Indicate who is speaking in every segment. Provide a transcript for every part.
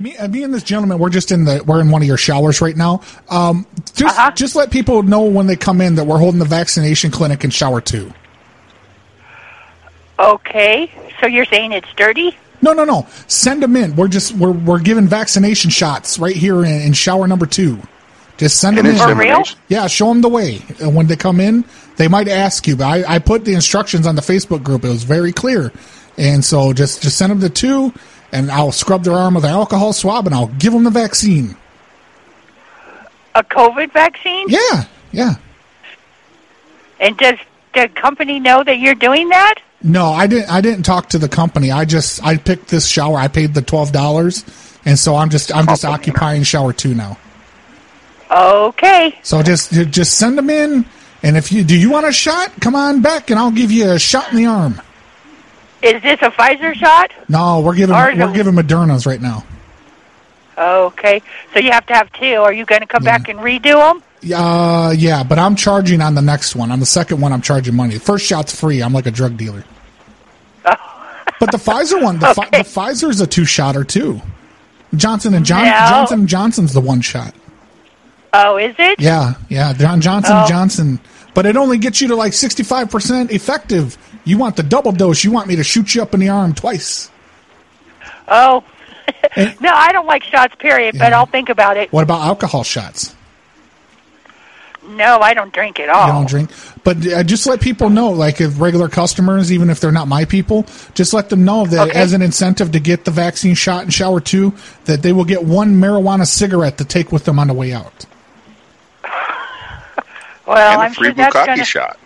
Speaker 1: Me, uh, me and this gentleman, we're just in the we're in one of your showers right now. Um, just
Speaker 2: Uh-huh.
Speaker 1: just let people know when they come in that we're holding the vaccination clinic in shower two.
Speaker 2: Okay, so you're saying it's dirty?
Speaker 1: No, no, no. Send them in. We're just we're we're giving vaccination shots right here in, in shower number two. Just send
Speaker 3: And
Speaker 1: them in.
Speaker 3: it's
Speaker 2: For real?
Speaker 3: dissemination.
Speaker 1: Yeah, show them the way. And when they come in, they might ask you. But I, I put the instructions on the Facebook group. It was very clear, and so just just send them the two, and I'll scrub their arm with an alcohol swab, and I'll give them the vaccine.
Speaker 2: A COVID vaccine?
Speaker 1: Yeah, yeah.
Speaker 2: And does the company know that you're doing that?
Speaker 1: No, I didn't. I didn't talk to the company. I just I picked this shower. I paid the twelve dollars, and so I'm just I'm just occupying shower two now.
Speaker 2: Okay.
Speaker 1: So just ju- just send them in, and if you do you want a shot, come on back, and I'll give you a shot in the arm.
Speaker 2: Is this a Pfizer shot?
Speaker 1: No, we're giving
Speaker 2: Or no.
Speaker 1: we're giving Modernas right now.
Speaker 2: Okay. So you have to have two. Are you going to come
Speaker 1: Yeah.
Speaker 2: back and redo them?
Speaker 1: Uh, yeah, but I'm charging on the next one. On the second one, I'm charging money. First shot's free. I'm like a drug dealer. But the Pfizer one, the, fi-
Speaker 2: Okay.
Speaker 1: the Pfizer's a two shotter too. Johnson and John-
Speaker 2: No.
Speaker 1: Johnson and Johnson's the one shot.
Speaker 2: Oh, is it?
Speaker 1: Yeah, yeah, John Johnson
Speaker 2: Oh.
Speaker 1: Johnson. But it only gets you to like sixty five percent effective. You want the double dose. You want me to shoot you up in the arm twice.
Speaker 2: Oh.
Speaker 1: And-
Speaker 2: no, I don't like shots, period, but
Speaker 1: Yeah.
Speaker 2: I'll think about it.
Speaker 1: What about alcohol shots?
Speaker 2: No, I don't drink at all.
Speaker 1: I don't drink. But uh, just let people know, like if regular customers, even if they're not my people, just let them know that
Speaker 2: Okay.
Speaker 1: as an incentive to get the vaccine shot in shower two, that they will get one marijuana cigarette to take with them on the way out.
Speaker 2: Well,
Speaker 3: and
Speaker 2: I'm
Speaker 3: a free
Speaker 2: sure that's
Speaker 3: bukkake
Speaker 2: gonna.
Speaker 3: shot.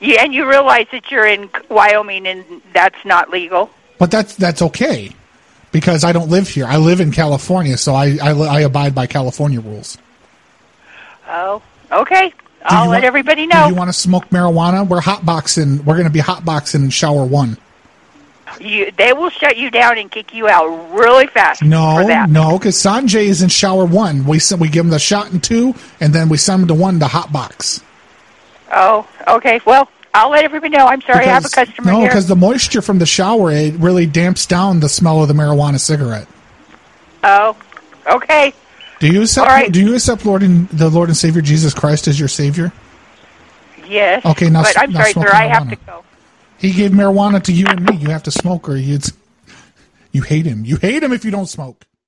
Speaker 2: Yeah, and you realize that you're in Wyoming and that's not legal.
Speaker 1: But that's that's okay because I don't live here. I live in California, so I I, li- I abide by California rules.
Speaker 2: Oh,
Speaker 1: Do
Speaker 2: okay.
Speaker 1: you
Speaker 2: I'll let
Speaker 1: want-
Speaker 2: everybody
Speaker 1: Do
Speaker 2: know.
Speaker 1: you want to smoke marijuana? We're hotboxing. We're going to be hotboxing in shower one.
Speaker 2: You- they will shut you down and kick you out really fast. for
Speaker 1: No,
Speaker 2: that.
Speaker 1: no, because Sanjay is in shower one. We send, we give him the shot in two, and then we send him to one to hotbox.
Speaker 2: Oh, okay. Well, I'll let everybody know. I'm sorry, I have a
Speaker 1: Because-
Speaker 2: customer
Speaker 1: no,
Speaker 2: here.
Speaker 1: because the moisture from the shower it really damps down the smell of the marijuana cigarette.
Speaker 2: Oh, okay.
Speaker 1: Do you accept?
Speaker 2: All right.
Speaker 1: Do you accept Lord and the Lord and Savior Jesus Christ as your Savior?
Speaker 2: Yes.
Speaker 1: Okay, now
Speaker 2: but
Speaker 1: s-
Speaker 2: I'm
Speaker 1: now
Speaker 2: sorry,
Speaker 1: smoke
Speaker 2: sir. I have
Speaker 1: marijuana.
Speaker 2: to go.
Speaker 1: He gave marijuana to you and me. You have to smoke, or you you hate him. You hate him if you don't smoke.